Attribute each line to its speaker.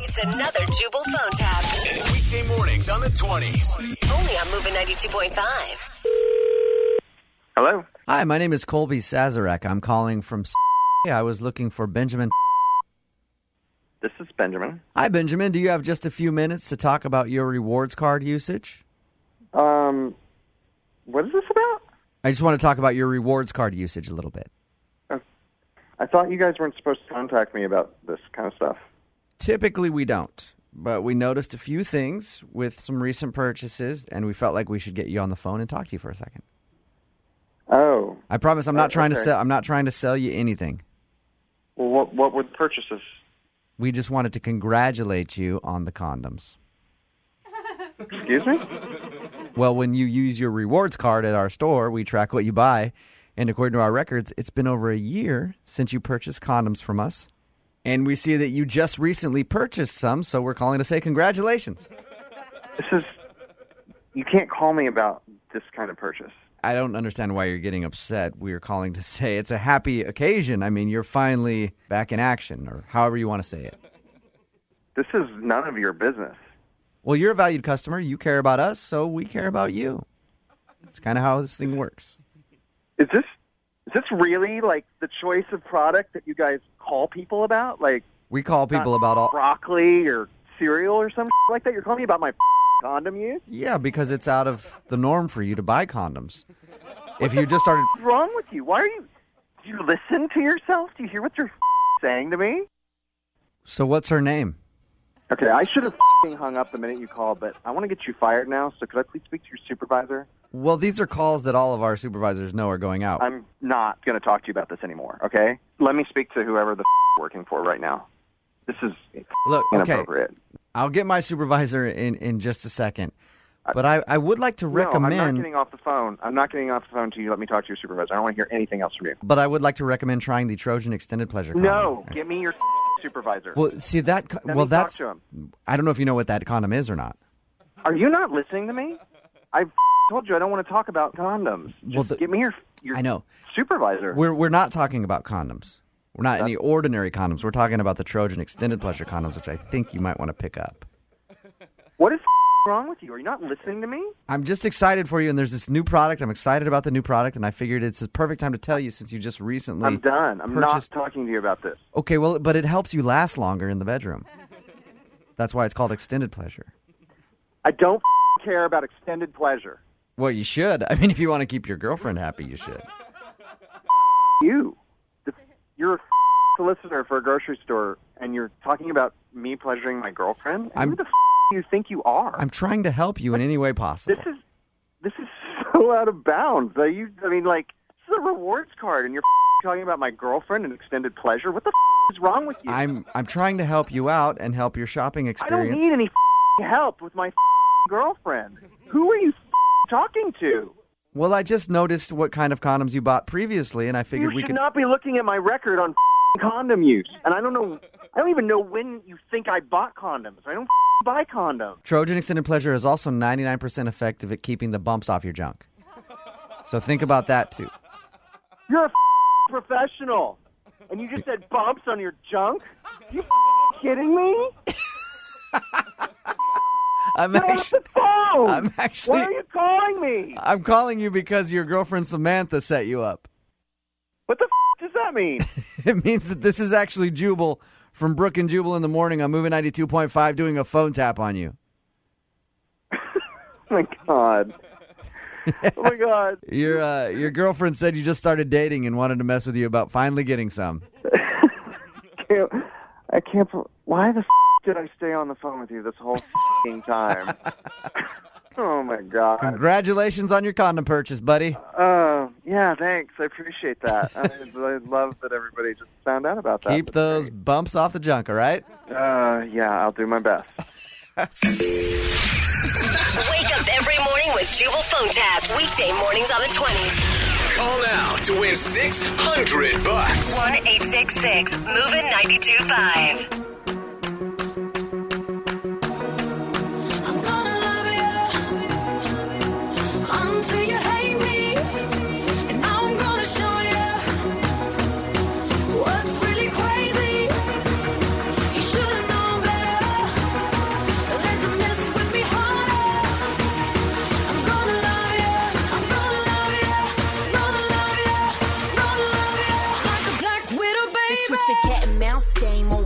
Speaker 1: It's another Jubal phone tab.
Speaker 2: Weekday mornings on the 20s.
Speaker 1: Only on Moving 92.5.
Speaker 3: Hello.
Speaker 4: Hi, my name is Colby Sazarek. I'm calling from. I was looking for Benjamin.
Speaker 3: This is Benjamin.
Speaker 4: Hi, Benjamin. Do you have just a few minutes to talk about your rewards card usage?
Speaker 3: Um, what is this about?
Speaker 4: I just want to talk about your rewards card usage a little bit.
Speaker 3: Uh, I thought you guys weren't supposed to contact me about this kind of stuff.
Speaker 4: Typically, we don't, but we noticed a few things with some recent purchases, and we felt like we should get you on the phone and talk to you for a second.
Speaker 3: Oh,
Speaker 4: I promise, I'm not
Speaker 3: Oh,
Speaker 4: trying to
Speaker 3: okay.
Speaker 4: sell. I'm not trying to sell you anything.
Speaker 3: well, what what were the purchases?
Speaker 4: We just wanted to congratulate you on the condoms.
Speaker 3: Excuse me.
Speaker 4: Well, when you use your rewards card at our store, we track what you buy. And according to our records, it's been over a year since you purchased condoms from us. And we see that you just recently purchased some, so we're calling to say congratulations.
Speaker 3: This is. You can't call me about this kind of purchase.
Speaker 4: I don't understand why you're getting upset. We are calling to say it's a happy occasion. I mean, you're finally back in action, or however you want to say it.
Speaker 3: This is none of your business.
Speaker 4: Well, you're a valued customer. You care about us, so we care about you. It's kind of how this thing works.
Speaker 3: Is this is this really like the choice of product that you guys call people about? Like
Speaker 4: We call
Speaker 3: not
Speaker 4: people about all.
Speaker 3: broccoli or cereal or some like that. You're calling me about my condom use.
Speaker 4: Yeah, because it's out of the norm for you to buy condoms. If you just started,
Speaker 3: What's wrong with you? Why are you? Do you listen to yourself? Do you hear what you're saying to me?
Speaker 4: so what's her name?
Speaker 3: Okay, I should have hung up the minute you called, but I want to get you fired now. So could I please speak to your supervisor?
Speaker 4: Well, these are calls that all of our supervisors know are going out.
Speaker 3: I'm not going to talk to you about this anymore. Okay? Let me speak to whoever the you're working for right now. This is
Speaker 4: Look, okay,
Speaker 3: inappropriate.
Speaker 4: I'll get my supervisor in in just a second, but I I would like to
Speaker 3: No, I'm not
Speaker 4: recommend.
Speaker 3: getting off the phone. I'm not getting off the phone until you let me talk to your supervisor. I don't want to hear anything else from you.
Speaker 4: but I would like to recommend trying the Trojan Extended Pleasure. Condom.
Speaker 3: No, get me your supervisor.
Speaker 4: Oh. Well, see that. co-
Speaker 3: Let
Speaker 4: well,
Speaker 3: me
Speaker 4: that's.
Speaker 3: talk to him.
Speaker 4: I don't know if you know what that condom is or not.
Speaker 3: Are you not listening to me? I told you I don't want to talk about condoms. Just
Speaker 4: Well, the-
Speaker 3: get me your your
Speaker 4: I know.
Speaker 3: supervisor.
Speaker 4: We're we're not talking about condoms. We're not any ordinary condoms. We're talking about the Trojan Extended Pleasure condoms, which I think you might want to pick up.
Speaker 3: What is wrong with you? Are you not listening to me?
Speaker 4: I'm just excited for you, and there's this new product. I'm excited about the new product, and I figured it's a perfect time to tell you since you just recently.
Speaker 3: I'm done. I'm
Speaker 4: purchased-
Speaker 3: not talking to you about this.
Speaker 4: Okay, well, but it helps you last longer in the bedroom. That's why it's called extended pleasure.
Speaker 3: I don't care about extended pleasure.
Speaker 4: Well, you should. I mean, if you want to keep your girlfriend happy, you should.
Speaker 3: You, the, you're a solicitor for a grocery store, and you're talking about me pleasuring my girlfriend.
Speaker 4: I'm-
Speaker 3: Who the do you think you are?
Speaker 4: I'm trying to help you in any way
Speaker 3: this
Speaker 4: possible.
Speaker 3: is this is so out of bounds. Are you? I mean, like this is a rewards card, and you're talking about my girlfriend and extended pleasure. What the is wrong with you?
Speaker 4: I'm I'm trying to help you out and help your shopping
Speaker 3: I don't
Speaker 4: experience.
Speaker 3: need any help with my girlfriend. Who are you talking to?
Speaker 4: well, I just noticed what kind of condoms you bought previously, and I
Speaker 3: You
Speaker 4: figured we
Speaker 3: should
Speaker 4: could.
Speaker 3: not be looking at my record on condom use. And I don't know. I don't even know when you think I bought condoms. I don't buy condoms.
Speaker 4: Trojan Extended Pleasure is also 99% effective at keeping the bumps off your junk. So think about that too.
Speaker 3: You're a professional, and you just said bumps on your junk. You kidding me?
Speaker 4: I'm
Speaker 3: Get off
Speaker 4: actually,
Speaker 3: the phone.
Speaker 4: I'm actually-
Speaker 3: Why are you calling me?
Speaker 4: I'm calling you because your girlfriend Samantha set you up.
Speaker 3: What the does that mean?
Speaker 4: It means that this is actually Jubal from Brook and Jubal in the morning on Moving 92.5 doing a phone tap on you.
Speaker 3: oh my god. Oh my god.
Speaker 4: Your uh, your girlfriend said you just started dating and wanted to mess with you about finally getting some.
Speaker 3: can't, I can't. bel- Why the f- did I stay on the phone with you this whole f***ing time? oh my god.
Speaker 4: Congratulations on your condom purchase, buddy.
Speaker 3: Uh, yeah, thanks. I appreciate that. I, I love that everybody just found out about that.
Speaker 4: Keep
Speaker 3: That's
Speaker 4: those bumps off the junk, all right?
Speaker 3: great. Uh, yeah, I'll do my best.
Speaker 1: Wake up every morning with Jubal phone tabs. Weekday mornings on the 20s.
Speaker 2: Call now to win 600 bucks.
Speaker 1: 1 866 Moving 92.5.
Speaker 5: I'm gonna love you until you hate me, and I'm gonna show you what's really crazy. You should've known better. twisted cat and mouse game or